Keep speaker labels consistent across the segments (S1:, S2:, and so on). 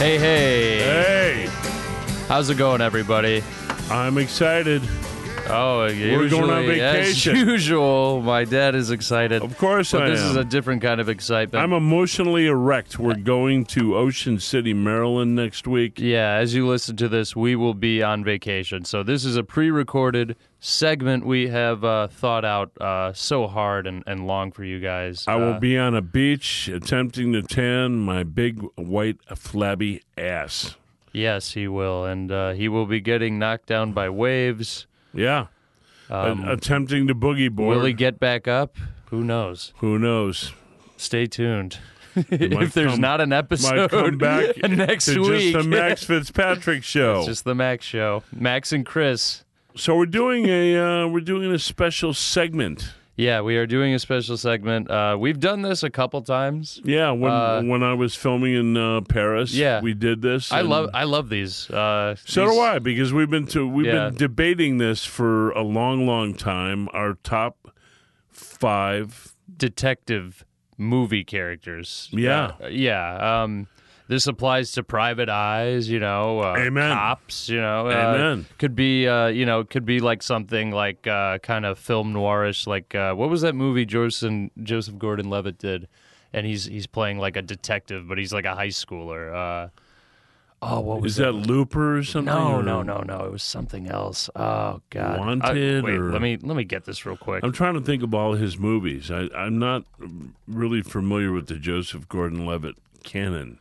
S1: Hey, hey.
S2: Hey,
S1: How's it going, everybody?
S2: I'm excited.
S1: Oh,
S2: We're
S1: usually,
S2: going on vacation.
S1: As usual, my dad is excited.
S2: Of course
S1: but
S2: I
S1: this
S2: am.
S1: is a different kind of excitement.
S2: I'm emotionally erect. We're going to Ocean City, Maryland next week.
S1: yeah, as you listen to this, we will be on vacation. So this is a pre-recorded segment we have uh, thought out uh, so hard and, and long for you guys.
S2: I will
S1: Uh,
S2: be on a beach attempting to tan my big white flabby ass.
S1: yes, he will, and uh, he will be getting knocked down by waves.
S2: Yeah. A-
S1: Um,
S2: attempting to boogie board.
S1: Will he get back up? Who knows?
S2: Who knows?
S1: Stay tuned.
S2: might
S1: if there's
S2: come-
S1: not an
S2: Might
S1: episode
S2: come back
S1: next
S2: to
S1: week,
S2: just the Max Fitzpatrick show.
S1: It's just the Max show. Max and Chris.
S2: So we're doing a uh, we're doing a special segment.
S1: Yeah, we are doing a special segment. Uh, we've done this a couple times.
S2: Yeah, when
S1: Uh,
S2: when I was filming in uh, Paris,
S1: Yeah.
S2: we did this.
S1: I
S2: and-
S1: love I love these. Uh,
S2: So
S1: these-
S2: do I, because we've been to we've
S1: Yeah.
S2: been debating this for a long, long time. Our top five.
S1: detective movie characters.
S2: Yeah.
S1: Uh, yeah. Um, this applies to Private Eyes, you know, uh,
S2: Amen.
S1: cops, you know. uh,
S2: Amen.
S1: Could be, uh, you know, could be like something like uh, kind of film noirish, like uh, what was that movie Joseph Joseph Gordon-Levitt did? And he's he's playing like a detective, but he's like a high schooler. Uh, oh, what was
S2: Is that Looper or something?
S1: No,
S2: or-
S1: no, no, no. It was something else. Oh God. I-
S2: Wanted
S1: wait,
S2: or-
S1: let me let me get this real quick.
S2: I'm trying to think of all his movies. I, I'm not really familiar with the Joseph Gordon-Levitt canon,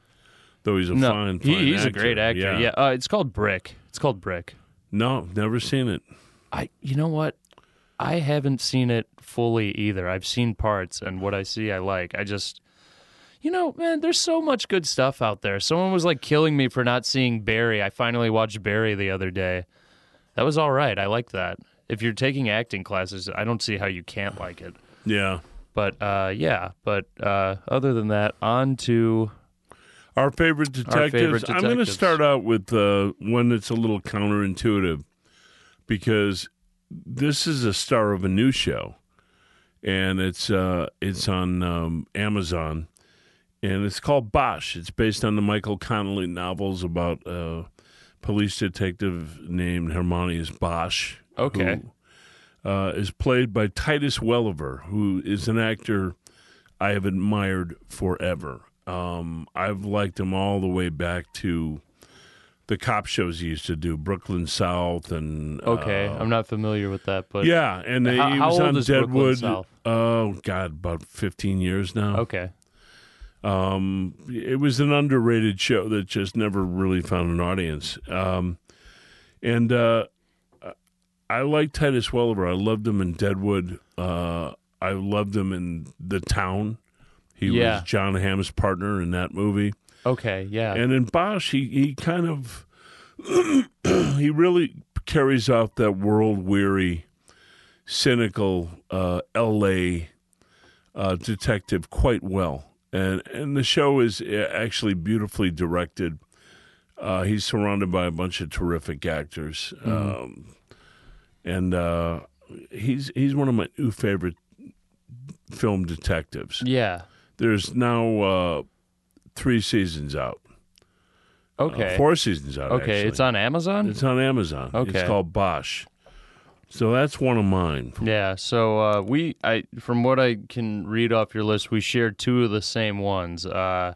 S2: though he's a
S1: no,
S2: fine,
S1: he-
S2: fine
S1: he's a great actor. Yeah. Uh, it's called Brick. It's called Brick.
S2: No, never seen it.
S1: I. You know what? I haven't seen it fully either. I've seen parts, and what I see, I like. I just. You know, man, there's so much good stuff out there. Someone was like killing me for not seeing Barry. I finally watched Barry the other day. That was all right. I like that. If you're taking acting classes, I don't see how you can't like it.
S2: Yeah.
S1: But uh, yeah, but uh, other than that, on to
S2: Our favorite detectives. I'm going to
S1: detectives.
S2: start out with uh, one that's a little counterintuitive because this is a star of a new show, and it's uh, it's on um, Amazon, and it's called Bosch. It's based on the Michael Connolly novels about a police detective named Hermanius Bosch.
S1: Okay.
S2: who, uh, is played by Titus Welliver, who is an actor I have admired forever. Um, I've liked him all the way back to the cop shows he used to do, Brooklyn South, and
S1: okay.
S2: uh,
S1: I'm not familiar with that, but
S2: yeah, and
S1: How-
S2: he
S1: how
S2: was
S1: old
S2: on
S1: is Brooklyn
S2: Deadwood.
S1: South?
S2: Oh God, about fifteen years now.
S1: okay.
S2: Um, it was an underrated show that just never really found an audience. Um, and uh, I like Titus Welliver. I loved him in Deadwood. Uh, I loved him in The Town. He
S1: Yeah.
S2: was John Hamm's partner in that movie.
S1: Okay, yeah.
S2: And in Bosch, he, he kind of he really carries off that world weary, cynical uh, L.A. Uh, detective quite well, and and the show is uh, actually beautifully directed. Uh, he's surrounded by a bunch of terrific actors, um, and uh, he's he's one of my new favorite film detectives.
S1: yeah.
S2: There's now uh, three seasons out.
S1: Okay.
S2: Uh, four seasons out.
S1: okay,
S2: actually.
S1: it's on Amazon?
S2: It's on Amazon.
S1: Okay.
S2: It's called Bosch. So that's one of mine.
S1: yeah, so uh, we I from what I can read off your list, we share two of the same ones. Uh,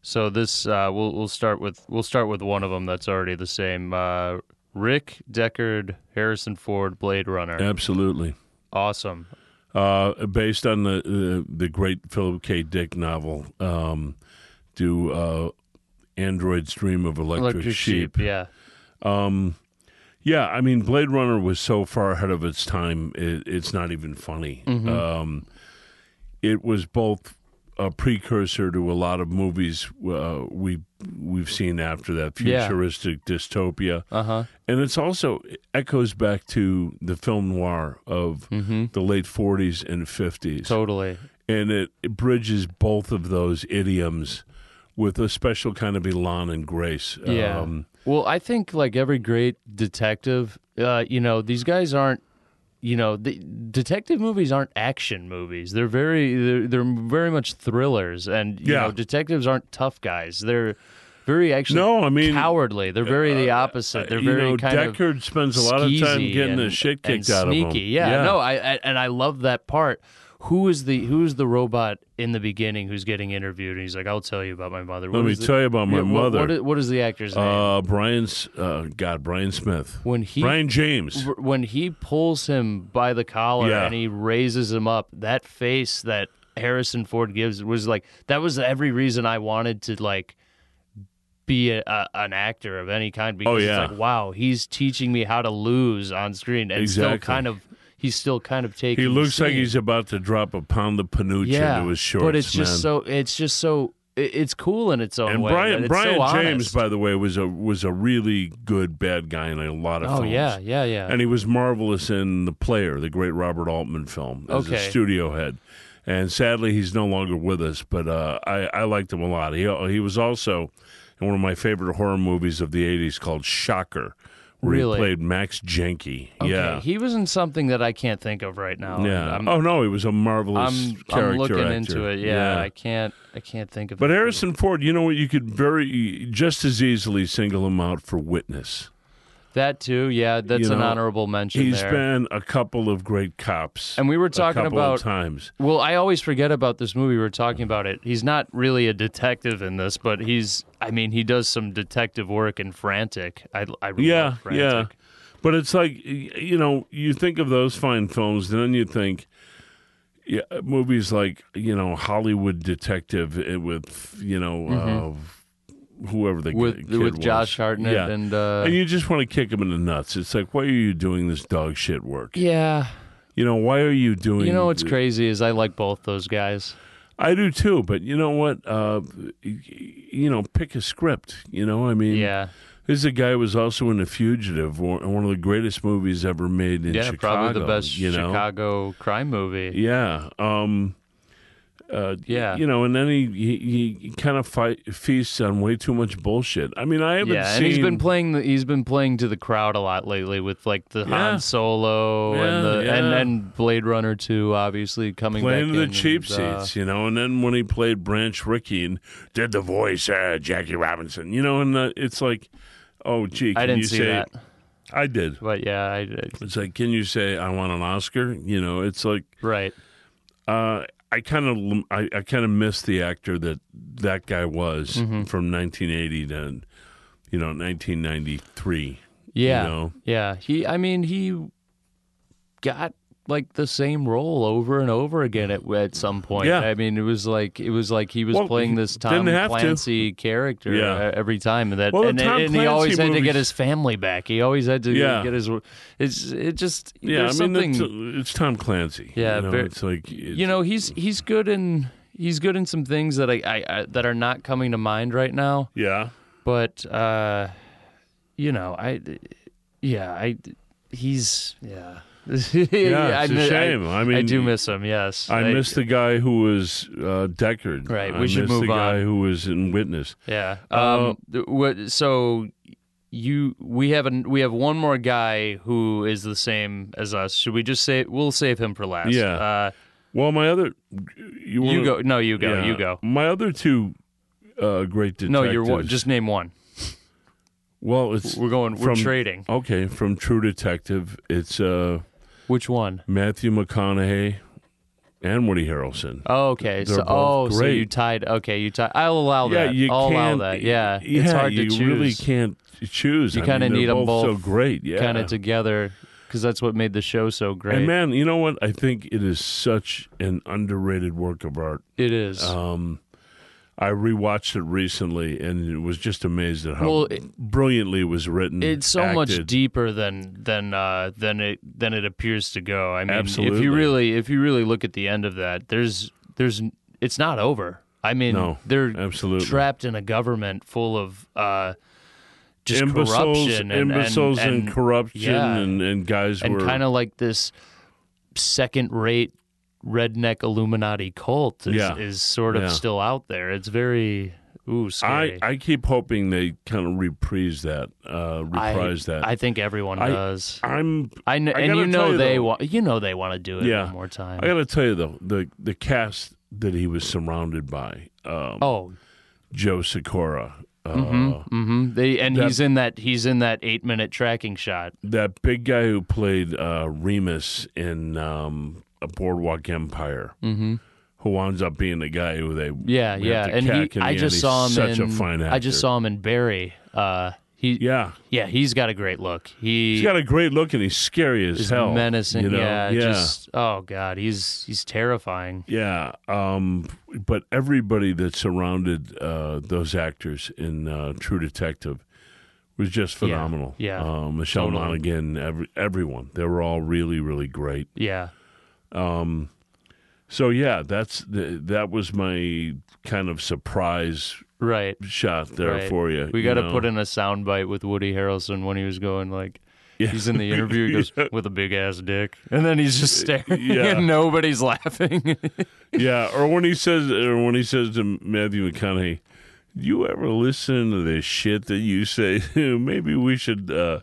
S1: so this uh, we'll we'll start with we'll start with one of them that's already the same. Uh, Rick Deckard, Harrison Ford, Blade Runner.
S2: Absolutely.
S1: Awesome.
S2: Uh, based on the, the the great Philip K. Dick novel, um, do uh, Android's Dream of Electric, Sheep.
S1: Yeah.
S2: Yeah, I mean, Blade Runner was so far ahead of its time, it, it's not even funny.
S1: Mm-hmm.
S2: Um, it was both a precursor to a lot of movies uh, we we've seen after that,
S1: Yeah.
S2: futuristic dystopia,
S1: Uh-huh.
S2: and it's also it echoes back to the film noir of
S1: Mm-hmm.
S2: the late '40s and '50s,
S1: Totally.
S2: and it, it bridges both of those idioms with a special kind of elan and grace. Um,
S1: Yeah. well, I think like every great detective, uh, you know, these guys aren't, you know, the detective movies aren't action movies. They're very, they're, they're very much thrillers, and you
S2: Yeah.
S1: know, detectives aren't tough guys. They're very actually
S2: No, I mean, uh,
S1: cowardly. They're very the opposite. They're
S2: you
S1: very
S2: know,
S1: kind of
S2: Deckard spends a lot of time
S1: skeezy
S2: getting
S1: and,
S2: the shit
S1: and
S2: kicked out of him.
S1: sneaky. Yeah, no, I, I and I love that part. Who is the who is the robot in the beginning who's getting interviewed? And he's like, "I'll tell you about my mother."
S2: Let
S1: What
S2: me
S1: is the-
S2: tell you about my
S1: yeah, what-
S2: mother.
S1: What is, what is the actor's name?
S2: uh, Brian's uh, God, Brian Smith,
S1: when he
S2: Brian James.
S1: when he pulls him by the collar
S2: Yeah.
S1: and he raises him up, that face that Harrison Ford gives was like that was every reason I wanted to like be a, a, an actor of any kind because
S2: Oh, yeah.
S1: it's like wow, he's teaching me how to lose on screen and still
S2: Exactly.
S1: kind of he's still kind of taking
S2: He
S1: the
S2: looks like
S1: scene.
S2: he's about to drop a pound of panucci
S1: yeah,
S2: into his shorts.
S1: but it's just
S2: man.
S1: so it's just so it, it's cool in its own
S2: And
S1: way.
S2: Brian
S1: but it's so
S2: Brian James,
S1: honest.
S2: by the way, was a was a really good bad guy in a lot of
S1: oh
S2: films.
S1: yeah, yeah, yeah.
S2: and he was marvelous in the player, the great Robert Altman film, as
S1: Okay.
S2: a studio head. And sadly, he's no longer with us, but uh, I, I liked him a lot. He he was also in one of my favorite horror movies of the '80s called Shocker, where
S1: Really?
S2: he played Max Jenke.
S1: okay,
S2: Yeah,
S1: he was in something that I can't think of right now.
S2: yeah.
S1: I'm-
S2: oh no, he was a marvelous
S1: I'm,
S2: character
S1: I'm looking
S2: actor.
S1: into it. Yeah, I can't I can't think of.
S2: But
S1: it.
S2: Harrison Ford, you know what? You could very just as easily single him out for Witness.
S1: that too. Yeah, that's
S2: you
S1: an
S2: know,
S1: honorable mention
S2: He's
S1: there.
S2: been a couple of great cops.
S1: and we were
S2: a
S1: talking
S2: couple
S1: about.
S2: of times.
S1: Well, I always forget about this movie. We were talking about it. He's not really a detective in this, but he's. I mean, he does some detective work in Frantic. I, I really
S2: Yeah,
S1: love
S2: yeah.
S1: Frantic.
S2: But it's like y- you know, you think of those fine films, and then you think, yeah, movies like you know Hollywood Detective eh, with you know uh, whoever the
S1: Mm-hmm. with
S2: kid
S1: with
S2: was.
S1: Josh Hartnett
S2: yeah.
S1: and. Uh,
S2: And you just want to kick him in the nuts. It's like, why are you doing this dog shit work?
S1: yeah,
S2: You know, why are you doing?
S1: you know what's
S2: th-
S1: crazy is I like both those guys.
S2: I do too, but you know what? Uh, y- you know, pick a script. You know, I mean,
S1: Yeah,
S2: This is a guy who was also in The Fugitive, one one of the greatest movies ever made in
S1: yeah,
S2: Chicago.
S1: probably the best
S2: you know?
S1: Chicago crime movie.
S2: Yeah. Um, uh,
S1: Yeah.
S2: You know, and then he, he, he kind of fight, feasts on way too much bullshit. I mean, I haven't
S1: yeah,
S2: seen.
S1: and he's been playing. The, he's been playing to the crowd a lot lately with like the
S2: Yeah.
S1: Han Solo and
S2: Yeah,
S1: the and
S2: yeah.
S1: then Blade Runner two, obviously coming
S2: Playing
S1: back
S2: to the
S1: in
S2: cheap
S1: and, uh,
S2: seats, you know, and then when he played Branch Rickey and did the voice, uh, Jackie Robinson, you know, and uh, it's like, oh, gee, can
S1: I didn't
S2: you
S1: see
S2: say,
S1: that,
S2: I did.
S1: but yeah, I, I-
S2: It's like, can you say I want an Oscar? You know, it's like
S1: right.
S2: Uh, I kind of I, I kind of miss the actor that that guy was
S1: Mm-hmm.
S2: from 1980 to you know 1993.
S1: Yeah,
S2: know?
S1: yeah. He, I mean, he got like the same role over and over again at at some point.
S2: Yeah.
S1: I mean, it was like it was like he was
S2: Well,
S1: playing this Tom
S2: didn't have to.
S1: Clancy character
S2: Yeah.
S1: uh, every time, and that
S2: Well, the
S1: and,
S2: Tom
S1: and he always
S2: Clancy
S1: had to get
S2: movies-
S1: his family back. He always had to
S2: Yeah.
S1: get his. It's it just
S2: Yeah,
S1: there's
S2: I mean
S1: something
S2: it's, uh, it's Tom Clancy.
S1: Yeah,
S2: you know,
S1: very-
S2: it's like it's,
S1: you know he's he's good in he's good in some things that I, I, I that are not coming to mind right now
S2: yeah.
S1: but uh you know i yeah i he's yeah
S2: Yeah, it's a
S1: mi-
S2: shame. I mean,
S1: I do miss him. Yes,
S2: I miss the guy who was uh, Deckard.
S1: Right,
S2: I
S1: we should
S2: miss
S1: move
S2: the guy
S1: on.
S2: who was in Witness.
S1: Yeah.
S2: Uh,
S1: Um. th- what? So you we have an we have one more guy who is the same as us. Should we just say we'll save him for last?
S2: Yeah.
S1: Uh,
S2: Well, my other you,
S1: you
S2: wanna-
S1: go. No, you go.
S2: yeah.
S1: You go.
S2: My other two uh, great detectives.
S1: No, you're one. Just name one.
S2: well. It's
S1: We're going. We're
S2: From-
S1: trading.
S2: okay from True Detective. It's uh,
S1: Which one?
S2: Matthew McConaughey and Woody Harrelson.
S1: Oh, okay.
S2: They're
S1: So,
S2: both
S1: oh, so
S2: great.
S1: you tied. Okay, you tied. I'll allow
S2: yeah,
S1: that.
S2: you
S1: I'll allow
S2: can't.
S1: that. Yeah,
S2: yeah,
S1: it's hard to
S2: you
S1: choose.
S2: really can't choose.
S1: You
S2: I
S1: kinda
S2: mean, they're
S1: need 'em
S2: So
S1: both
S2: great, yeah.
S1: Kind of together, because that's what made the show so great.
S2: And man, you know what? I think it is such an underrated work of art.
S1: it is.
S2: Um, I rewatched it recently and was just amazed at how
S1: Well, it-
S2: brilliantly it was written.
S1: it's so much
S2: acted.
S1: deeper than than uh, than it than it appears to go. I mean, if
S2: Absolutely.
S1: you really if you really look at the end of that, there's there's it's not over. I mean,
S2: No,
S1: they're
S2: absolutely.
S1: trapped in a government full of uh, just
S2: imbeciles,
S1: corruption and,
S2: imbeciles and,
S1: and, and
S2: corruption,
S1: yeah.
S2: and, and guys
S1: and
S2: were
S1: kind of like this second rate redneck Illuminati cult is,
S2: Yeah.
S1: is sort of
S2: Yeah.
S1: still out there. It's very ooh
S2: I,
S1: scary.
S2: I keep hoping they kind of reprise that, uh, reprise that.
S1: I think everyone
S2: I-
S1: does.
S2: I'm
S1: I kn-
S2: I
S1: and
S2: gotta
S1: you know
S2: tell you,
S1: they
S2: though-
S1: want you know they want to do it
S2: Yeah.
S1: one more time.
S2: I got to tell you though, the the cast that he was surrounded by, um,
S1: oh
S2: Joe Sikora, Uh,
S1: hmm hmm They and
S2: that-
S1: he's in that he's in that eight minute tracking shot.
S2: That big guy who played uh, Remus in um, a Boardwalk Empire,
S1: Mm-hmm.
S2: who winds up being the guy who they
S1: Yeah,
S2: we
S1: yeah.
S2: have to
S1: And
S2: cack
S1: he,
S2: in the
S1: I
S2: end.
S1: just
S2: He's
S1: saw him.
S2: such
S1: in,
S2: a fine
S1: I just
S2: actor.
S1: saw him in Barry. Uh, he yeah.
S2: yeah.
S1: he's got a great look. He
S2: He's got a great look and he's scary as
S1: is
S2: hell.
S1: menacing.
S2: you know?
S1: Yeah,
S2: yeah.
S1: just oh god, he's he's terrifying.
S2: Yeah, um, but everybody that surrounded uh, those actors in uh, True Detective was just phenomenal.
S1: yeah.
S2: Uh, Michelle
S1: Totally.
S2: Monaghan, every, everyone, they were all really, really great.
S1: Yeah,
S2: So yeah, that's the, that was my kind of surprise
S1: right.
S2: shot there
S1: Right.
S2: for you.
S1: We
S2: you
S1: got to
S2: know?
S1: put in a soundbite with Woody Harrelson when he was going like.
S2: Yeah.
S1: He's in the interview. He goes with a big ass dick, and then he's just staring,
S2: Yeah.
S1: and nobody's laughing.
S2: Yeah, or when he says, or when he says to Matthew McConaughey, "You ever listen to this shit that you say? Maybe we should uh,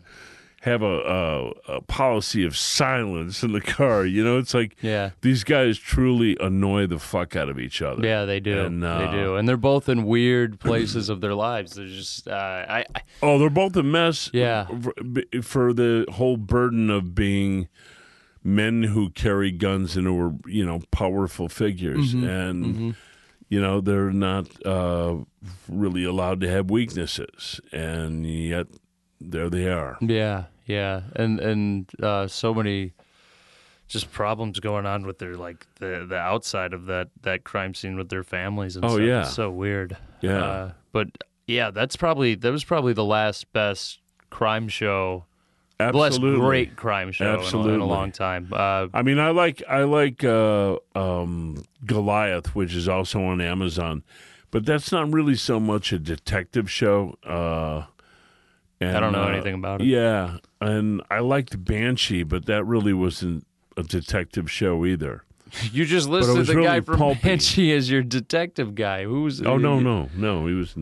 S2: have a, a a policy of silence in the car." You know, it's like
S1: yeah,
S2: these guys truly annoy the fuck out of each other.
S1: yeah, they do.
S2: And, uh,
S1: they do, and they're both in weird places of their lives. They're just, uh, I, I,
S2: Oh, they're both a mess.
S1: Yeah.
S2: for, for the whole burden of being men who carry guns and who are you know powerful figures,
S1: Mm-hmm.
S2: and you know they're not uh, really allowed to have weaknesses, and yet there they are.
S1: Yeah, yeah, and and uh, so many just problems going on with their like the the outside of that that crime scene with their families and
S2: Oh,
S1: stuff.
S2: yeah.
S1: It's so weird.
S2: Yeah.
S1: uh, but yeah, that's probably that was probably the last best crime show, the last
S2: Absolutely
S1: great crime show in a- in, a
S2: Absolutely.
S1: long time. Uh,
S2: I mean, I like I like uh, um, Goliath, which is also on Amazon, but that's not really so much a detective show. Uh, and,
S1: I don't know
S2: uh,
S1: anything about it.
S2: Yeah, and I liked Banshee, but that really wasn't a detective show either.
S1: You just
S2: it
S1: listed
S2: was
S1: the guy
S2: really
S1: from
S2: pulpy.
S1: Banshee as your detective guy. Who's
S2: Oh no, no, no, he was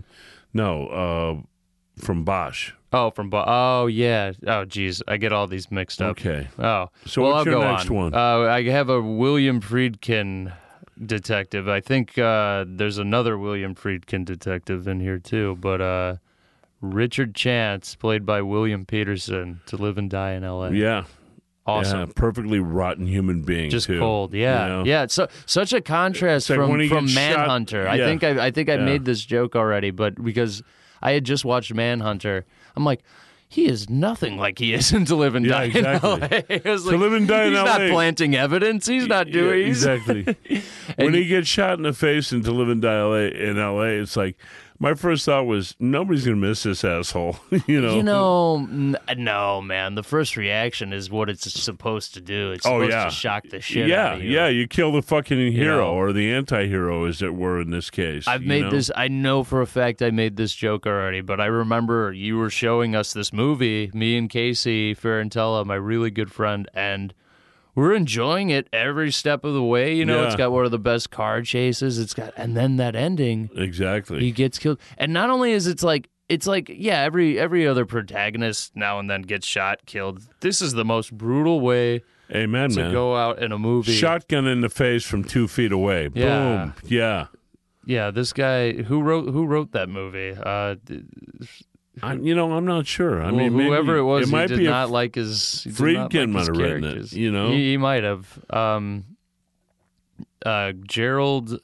S2: no uh, from Bosch.
S1: Oh, from Bo- oh yeah. Oh geez, I get all these mixed up.
S2: Okay,
S1: Oh,
S2: So
S1: well,
S2: what's
S1: I'll
S2: your
S1: go
S2: next
S1: on.
S2: one?
S1: Uh, I have a William Friedkin detective. I think uh, there's another William Friedkin detective in here too, but uh, Richard Chance, played by William Peterson, to live and die in L.A.
S2: yeah,
S1: awesome.
S2: yeah, perfectly rotten human being.
S1: Just
S2: too.
S1: cold, yeah,
S2: you know?
S1: yeah. It's so such a contrast
S2: It's like when
S1: from
S2: he
S1: from
S2: gets shot-
S1: Manhunter. I
S2: yeah.
S1: think I, I think I
S2: Yeah.
S1: made this joke already, but because I had just watched Manhunter, I'm like, he is nothing like he is in To Live and
S2: Yeah,
S1: Die
S2: exactly.
S1: in L.A. It was
S2: To
S1: like,
S2: Live and Die in
S1: he's not
S2: LA.
S1: planting evidence. He's not doing.
S2: Yeah,
S1: he's-
S2: exactly. when he gets shot in the face and to live and die LA, in L.A., it's like my first thought was nobody's gonna miss this asshole. you know.
S1: You know, n- no, man. The first reaction is what it's supposed to do. It's
S2: Oh,
S1: supposed
S2: yeah.
S1: to shock the shit
S2: Yeah,
S1: out of you.
S2: yeah, you kill the fucking hero
S1: know?
S2: or the anti-hero, as it were, in this case.
S1: I've
S2: you
S1: made
S2: know?
S1: this. I know for a fact I made this joke already, but I remember you were showing us this movie, me and Casey Ferrantella, my really good friend, and we're enjoying it every step of the way. You know, it's
S2: Yeah.
S1: got one of the best car chases. It's got, and then that ending,
S2: exactly.
S1: he gets killed, and not only is it's like. It's like yeah, every every other protagonist now and then gets shot, killed. This is the most brutal way
S2: Amen,
S1: to
S2: man.
S1: go out in a movie.
S2: Shotgun in the face from two feet away.
S1: Yeah.
S2: Boom. Yeah.
S1: Yeah, this guy who wrote who wrote that movie. Uh, d-
S2: I, you know, I'm not sure. I
S1: well,
S2: mean, maybe-
S1: whoever it was,
S2: it might
S1: he did
S2: be a-
S1: not like his. he did not
S2: Friedkin
S1: like
S2: might
S1: his
S2: have written it,
S1: characters.
S2: you know?
S1: he, he might have. Um, uh, Gerald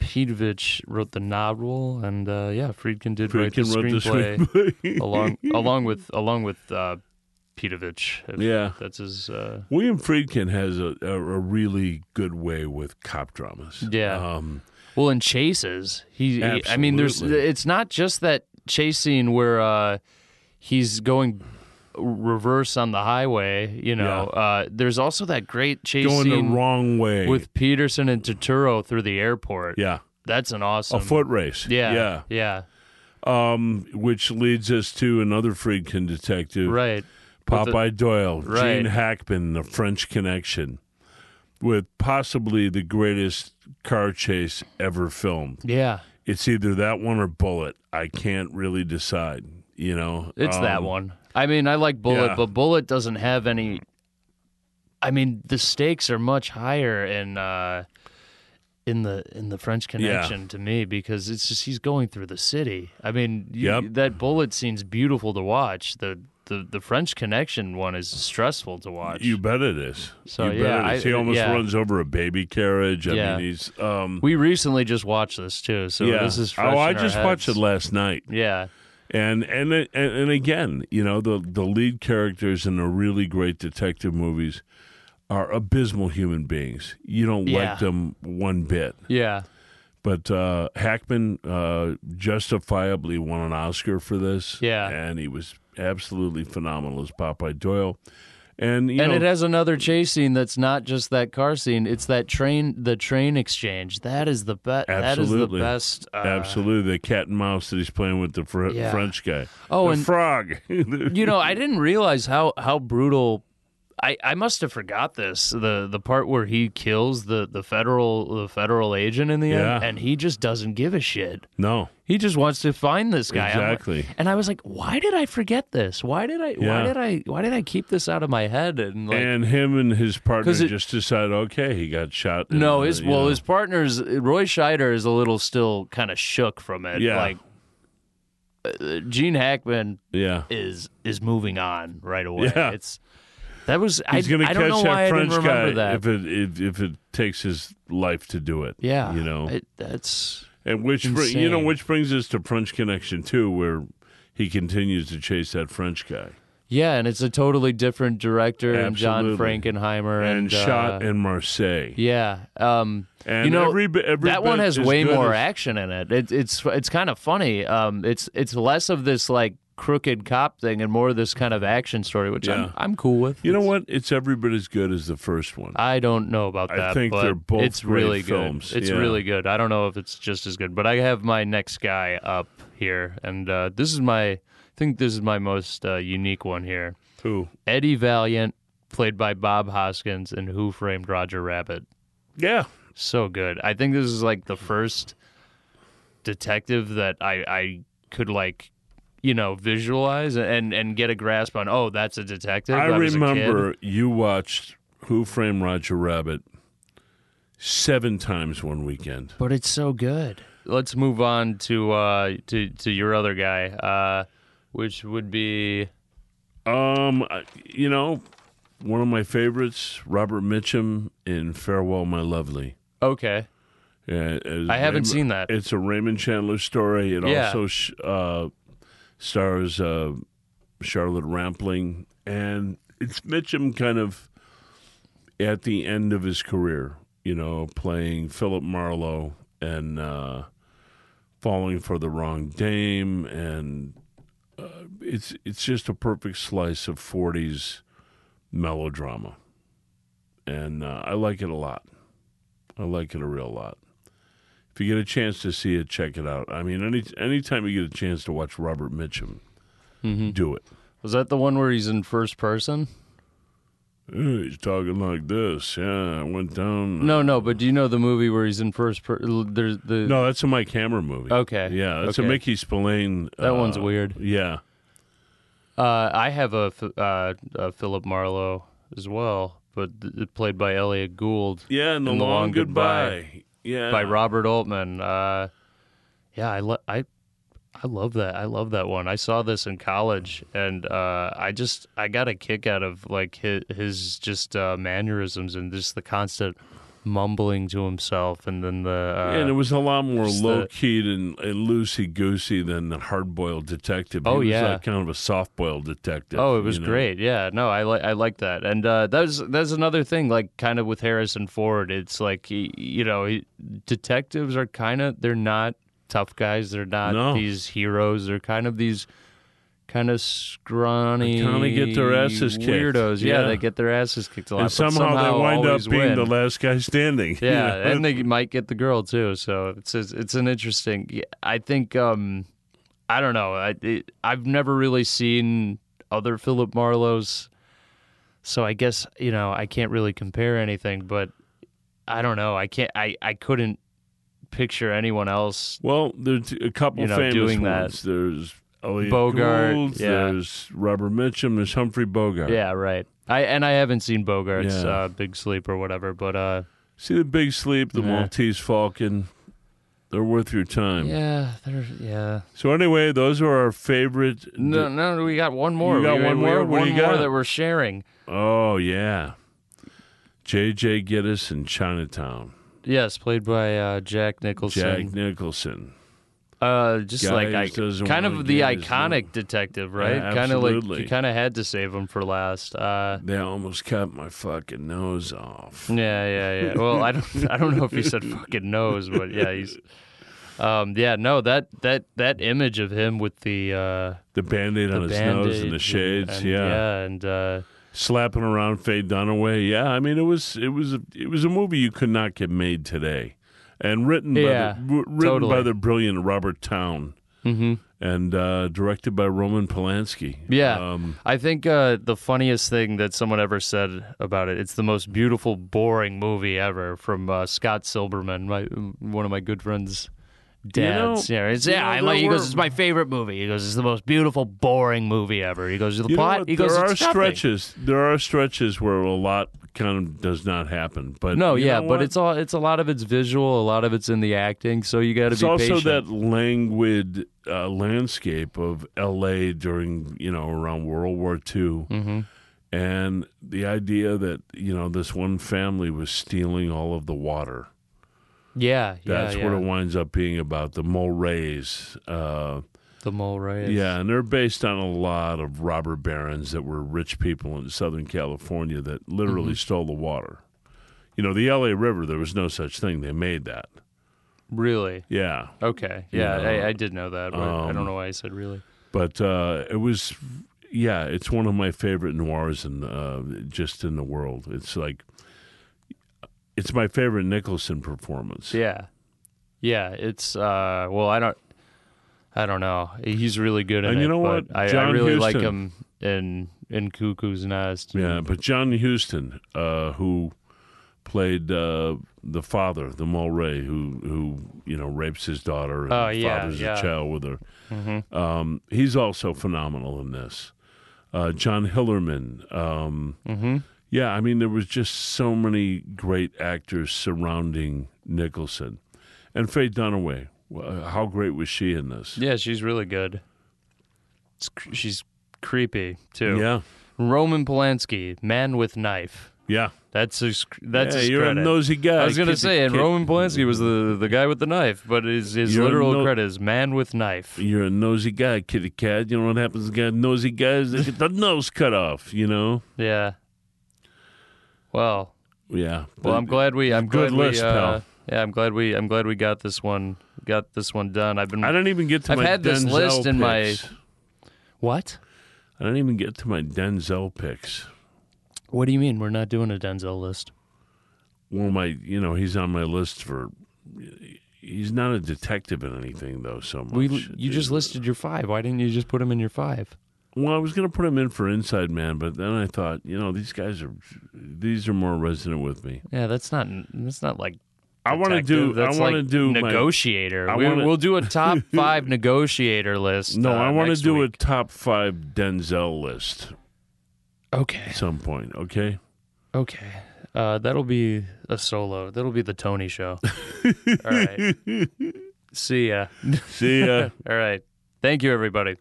S1: Pedovich wrote the novel, and uh, yeah, Friedkin did write the
S2: Friedkin wrote the
S1: screenplay
S2: screenplay.
S1: along along with along with uh, Pedovich. if
S2: Yeah.
S1: that's his. Uh,
S2: William Friedkin has a, a, a really good way with cop dramas.
S1: Yeah.
S2: Um,
S1: Well, in chases, he, he- I mean, there's.
S2: Absolutely.
S1: It's not just that chase scene where uh, he's going reverse on the highway. You know, uh, there's also that great chase
S2: going the
S1: scene
S2: wrong way.
S1: with Peterson and Turturro through the airport.
S2: yeah.
S1: that's an awesome.
S2: A foot race.
S1: yeah,
S2: Yeah.
S1: yeah,
S2: Um, which leads us to another Friedkin detective,
S1: right. With
S2: Popeye Doyle,
S1: Right.
S2: Gene Hackman, The French Connection, with possibly the greatest car chase ever filmed.
S1: Yeah,
S2: It's either that one or Bullet. I can't really decide. You know,
S1: it's
S2: Um,
S1: that one. I mean, I like Bullet,
S2: yeah.
S1: but Bullet doesn't have any. I mean, the stakes are much higher in uh, in the in the French Connection to me because it's just he's going through the city. I mean, you,
S2: Yep.
S1: that bullet scene's beautiful to watch. The the the French Connection one is stressful to watch.
S2: You bet it is.
S1: So,
S2: you bet
S1: yeah,
S2: it is.
S1: I-
S2: he almost
S1: yeah.
S2: runs over a baby carriage. I
S1: Yeah.
S2: mean, he's um,
S1: we recently just watched this too, so
S2: yeah.
S1: this is fresh
S2: oh, I
S1: in our
S2: just watched it
S1: heads.
S2: last night,
S1: Yeah,
S2: and and and, and again, you know, the the lead characters in the really great detective movies are abysmal human beings. You don't
S1: Yeah.
S2: like them one bit.
S1: yeah,
S2: But uh, Hackman uh, justifiably won an Oscar for this.
S1: Yeah.
S2: and he was absolutely phenomenal as Popeye Doyle. And you
S1: and
S2: know,
S1: it has another chase scene that's not just that car scene; it's that train, the train exchange. That is the best. That is the
S2: Absolutely.
S1: best. Uh,
S2: Absolutely, the cat and mouse that he's playing with the fr-
S1: Yeah.
S2: French guy.
S1: Oh,
S2: the
S1: and-
S2: frog.
S1: you know, I didn't realize how how brutal. I, I must have forgot this the the part where he kills the, the federal the federal agent in the end,
S2: Yeah.
S1: and he just doesn't give a shit.
S2: no,
S1: He just wants to find this guy. I'm like-
S2: exactly.
S1: and I was like, why did I forget this? Why did I? Why
S2: Yeah.
S1: did I? Why did I keep this out of my head? And like,
S2: and him and his partner
S1: 'Cause it-
S2: just decided, okay, he got shot. and,
S1: no,
S2: uh,
S1: his
S2: you
S1: well,
S2: know.
S1: his partner's Roy Scheider is a little still kind of shook from it.
S2: Yeah.
S1: like uh, Gene Hackman
S2: yeah,
S1: is is moving on right away.
S2: Yeah.
S1: It's that was I,
S2: he's going to
S1: I
S2: catch
S1: don't know why
S2: that
S1: I
S2: French
S1: didn't remember
S2: guy
S1: that.
S2: if it if, if it takes his life to do it.
S1: yeah,
S2: you know,
S1: it, that's
S2: and which br- you know
S1: insane.
S2: which brings us to French Connection too, where he continues to chase that French guy
S1: yeah, and it's a totally different director and John
S2: Absolutely.
S1: Frankenheimer
S2: and,
S1: and,
S2: shot
S1: uh,
S2: in Marseille.
S1: yeah. Um,
S2: And
S1: you know
S2: every, bi- every
S1: that one
S2: bit
S1: has
S2: as
S1: way
S2: good
S1: more
S2: as-
S1: action in it. it. It's it's kind of funny. Um, it's it's less of this like crooked cop thing and more of this kind of action story, which
S2: Yeah.
S1: I'm I'm cool with.
S2: You know what? It's every bit as good as the first one.
S1: I don't know about
S2: I
S1: that.
S2: think
S1: but
S2: they're both
S1: It's
S2: great
S1: really
S2: films,
S1: good. It's
S2: yeah.
S1: really good. I don't know if it's just as good, but I have my next guy up here, and uh, this is my. I think this is my most uh, unique one here.
S2: Who?
S1: Eddie Valiant, played by Bob Hoskins, in Who Framed Roger Rabbit.
S2: Yeah.
S1: So good. I think this is like
S2: Mm-hmm.
S1: the first detective that I I could like you know visualize and and get a grasp on. Oh, that's a detective.
S2: I
S1: was a kid.
S2: remember you watched Who Framed Roger Rabbit seven times one weekend.
S1: but it's so good. Let's move on to uh, to to your other guy, uh, which would be
S2: Um, I- you know, one of my favorites, Robert Mitchum in Farewell, My Lovely.
S1: okay.
S2: Yeah, as
S1: I haven't
S2: Raymond-
S1: seen that.
S2: It's a Raymond Chandler story. It
S1: Yeah.
S2: also sh- uh, stars uh, Charlotte Rampling, and it's Mitchum kind of at the end of his career, you know, playing Philip Marlowe and uh, falling for the wrong dame, and uh, it's it's just a perfect slice of '40s melodrama, and uh, I like it a lot. I like it a real lot. If you get a chance to see it, check it out. I mean, any anytime you get a chance to watch Robert Mitchum,
S1: Mm-hmm.
S2: do it.
S1: Was that the one where he's in first person?
S2: "Eh, He's talking like this. Yeah, I went down.
S1: No, no. But do you know the movie where he's in first person? There's the
S2: No, that's a Mike Hammer movie.
S1: Okay.
S2: Yeah, that's a
S1: Okay.
S2: Mickey Spillane.
S1: That
S2: uh,
S1: one's weird.
S2: Yeah.
S1: Uh, I have a, F- uh, a Philip Marlowe as well, but th- played by Elliot Gould
S2: Yeah, and the,
S1: And
S2: long, goodbye. Yeah.
S1: by Robert Altman. Uh, yeah, I, lo- I I love that. I love that one. I saw this in college, and uh, I just I got a kick out of like his, his just uh, mannerisms and just the constant mumbling to himself, and then the uh,
S2: and it was a lot more
S1: just
S2: low
S1: the-
S2: keyed and, and loosey goosey than the hard boiled detective. He
S1: Oh,
S2: was
S1: yeah.
S2: like kind of a soft boiled detective.
S1: Oh, it was
S2: you know?
S1: great. Yeah, no, I like I like that, and uh, that was that's another thing. Like kind of with Harrison Ford, it's like he, you know, he, detectives are kind of they're not tough guys. They're not
S2: No.
S1: these heroes. They're kind of these kind of scrawny,
S2: kinda get their asses kicked.
S1: weirdos. Yeah,
S2: Yeah.
S1: they get their asses kicked a lot.
S2: And
S1: but
S2: somehow, they wind up
S1: always
S2: being
S1: win.
S2: the last guy standing. you
S1: Yeah,
S2: know?
S1: and they might get the girl too. So it's it's, it's an interesting. I think um, I don't know. I it, I've never really seen other Philip Marlowe's, so I guess you know I can't really compare anything. But I don't know. I can't. I I couldn't picture anyone else.
S2: Well, there's a couple
S1: You know,
S2: famous
S1: doing that.
S2: ones. There's Elliot
S1: Bogart,
S2: Gould,
S1: yeah.
S2: There's Robert Mitchum. There's Humphrey Bogart.
S1: Yeah, right. I and I haven't seen Bogart's
S2: Yeah.
S1: uh, Big Sleep or whatever, but uh,
S2: See the Big Sleep, the
S1: Nah.
S2: Maltese Falcon. They're worth your time.
S1: Yeah, there. Yeah.
S2: So anyway, those are our favorite.
S1: No, no, we got one more.
S2: You got
S1: We-
S2: one
S1: we
S2: more?
S1: have
S2: What do
S1: one
S2: you got?
S1: more that we're sharing.
S2: Oh yeah, J.J. Gittes in Chinatown.
S1: Yes, played by uh, Jack Nicholson.
S2: Jack Nicholson.
S1: uh, just
S2: Guy
S1: like
S2: who
S1: I,
S2: doesn't
S1: kind
S2: wanna
S1: of the
S2: get his
S1: iconic
S2: name.
S1: detective, right?
S2: Yeah,
S1: kind of like
S2: absolutely.
S1: you kind of had to save him for last. Uh,
S2: They almost cut my fucking nose off.
S1: yeah, yeah, yeah. Well, I don't, I don't know if he said fucking nose, but yeah, he's. Um, yeah, no, that that that image of him with the uh,
S2: The band-aid
S1: the
S2: on his nose and the
S1: bandage
S2: shades.
S1: and-
S2: yeah.
S1: yeah, and uh,
S2: slapping around Faye Dunaway. Yeah, I mean it was it was a, it was a movie you could not get made today, and written
S1: Yeah,
S2: by the, w- written
S1: totally.
S2: by the brilliant Robert Town
S1: mhm.
S2: and uh, directed by Roman Polanski.
S1: Yeah.
S2: um,
S1: I think uh, the funniest thing that someone ever said about it, it's the most beautiful, boring movie ever from uh, Scott Silberman, my, one of my good friends.
S2: know-
S1: Dads, yeah, it's,
S2: you
S1: yeah.
S2: know,
S1: I
S2: there
S1: like. He
S2: were-
S1: goes, "It's my favorite movie." He goes, "It's the most beautiful, boring movie ever." He goes, "The
S2: you know
S1: plot."
S2: what?
S1: He goes,
S2: there
S1: "It's
S2: are
S1: nothing."
S2: stretches. There are stretches where a lot kind of does not happen. But
S1: No,
S2: you
S1: yeah,
S2: know
S1: but
S2: what?
S1: it's all. It's a lot of it's visual, a lot of it's in the acting. So you got to
S2: It's
S1: be
S2: also
S1: patient.
S2: that languid uh, landscape of L.A. during you know around World War II.
S1: Mhm.
S2: and the idea that you know this one family was stealing all of the water
S1: Yeah, yeah,
S2: that's
S1: yeah.
S2: what it winds up being about the mulrays uh,
S1: the mole, right?
S2: yeah and they're based on a lot of robber barons that were rich people in southern california that
S1: Mm-hmm.
S2: literally stole the water you know the la river there was no such thing they made that
S1: really.
S2: yeah
S1: Okay, yeah,
S2: Yeah.
S1: I, I did know that. But I
S2: Um,
S1: don't know why I said really.
S2: but uh, it was yeah it's one of my favorite noirs in uh, just in the world it's like it's my favorite nicholson performance
S1: Yeah. Yeah, it's uh well I don't I don't know. He's really good in
S2: And you
S1: it,
S2: know
S1: but
S2: what?
S1: I, I
S2: John
S1: really like
S2: Huston.
S1: him in in Cuckoo's Nest.
S2: Yeah, but John Huston, uh, who played uh, the father, the Mulray, who who you know rapes his daughter and
S1: Oh, yeah,
S2: fathers
S1: yeah. Mm-hmm.
S2: a child with her. Um, he's also phenomenal in this. Uh, John Hillerman. Um,
S1: Mhm.
S2: Yeah, I mean there was just so many great actors surrounding Nicholson, and Faye Dunaway. w- How great was she in this?
S1: Yeah, she's really good. It's, cr- she's creepy too.
S2: yeah,
S1: Roman Polanski, Man with Knife.
S2: yeah.
S1: That's his cr- that's
S2: Yeah,
S1: his
S2: you're
S1: credit.
S2: a nosy guy.
S1: I was gonna
S2: Kid-
S1: say, and
S2: kid-
S1: Roman Polanski was the the guy with the knife, but his his
S2: You're a
S1: literal
S2: no-
S1: credit is Man with Knife.
S2: you're a nosy guy, kitty cat. You know what happens to guy- nosy guys? They get the nose cut off, you know?
S1: Yeah. Well,
S2: Yeah.
S1: Well, I'm glad we. I'm
S2: Good
S1: glad we,
S2: list,
S1: uh,
S2: pal.
S1: Yeah, I'm glad we. I'm glad we got this one. Got this one done. I've been.
S2: I don't even get to
S1: I've
S2: my
S1: had this
S2: Denzel
S1: list in my-
S2: picks.
S1: what?
S2: I don't even get to my Denzel picks.
S1: What do you mean we're not doing a Denzel list?
S2: Well, my, you know, he's on my list for. He's not a detective in anything, though, so much.
S1: We. You just listed your five. Why didn't you just put him in your five?
S2: Well, I was going to put him in for Inside Man, but then I thought, you know, these guys are. These are more resonant with me.
S1: Yeah, that's not. That's not like.
S2: I want to
S1: detective.
S2: do.
S1: That's
S2: I want to
S1: like
S2: do my
S1: negotiator.
S2: I
S1: we,
S2: wanna-
S1: we'll do a top five negotiator list.
S2: No,
S1: uh,
S2: I want
S1: next
S2: to do
S1: week.
S2: a top five Denzel list
S1: Okay.
S2: at some point. Okay.
S1: Okay. Uh, that'll be a solo. That'll be the Tony show. All right. See ya.
S2: See ya.
S1: All right. Thank you, everybody.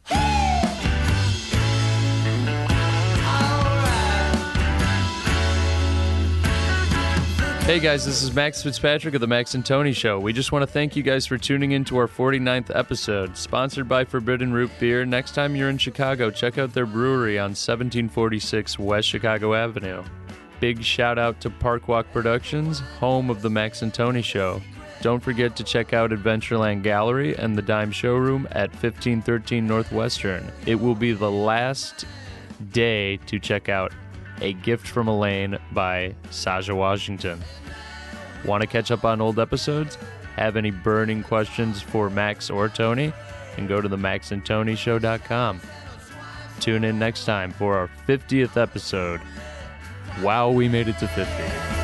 S1: Hey guys, this is Max Fitzpatrick of the Max and Tony Show. We just want to thank you guys for tuning in to our 49th episode, sponsored by Forbidden Root Beer. Next time you're in Chicago, check out their brewery on 1746 West Chicago Avenue. Big shout out to Parkwalk Productions, home of the Max and Tony Show. Don't forget to check out Adventureland Gallery and the Dime Showroom at 1513 Northwestern. It will be the last day to check out A Gift from Elaine by Saja Washington. Want to catch up on old episodes? Have any burning questions for Max or Tony? And go to the maxandtonyshow.com. Tune in next time for our 50th episode. Wow, we made it to 50.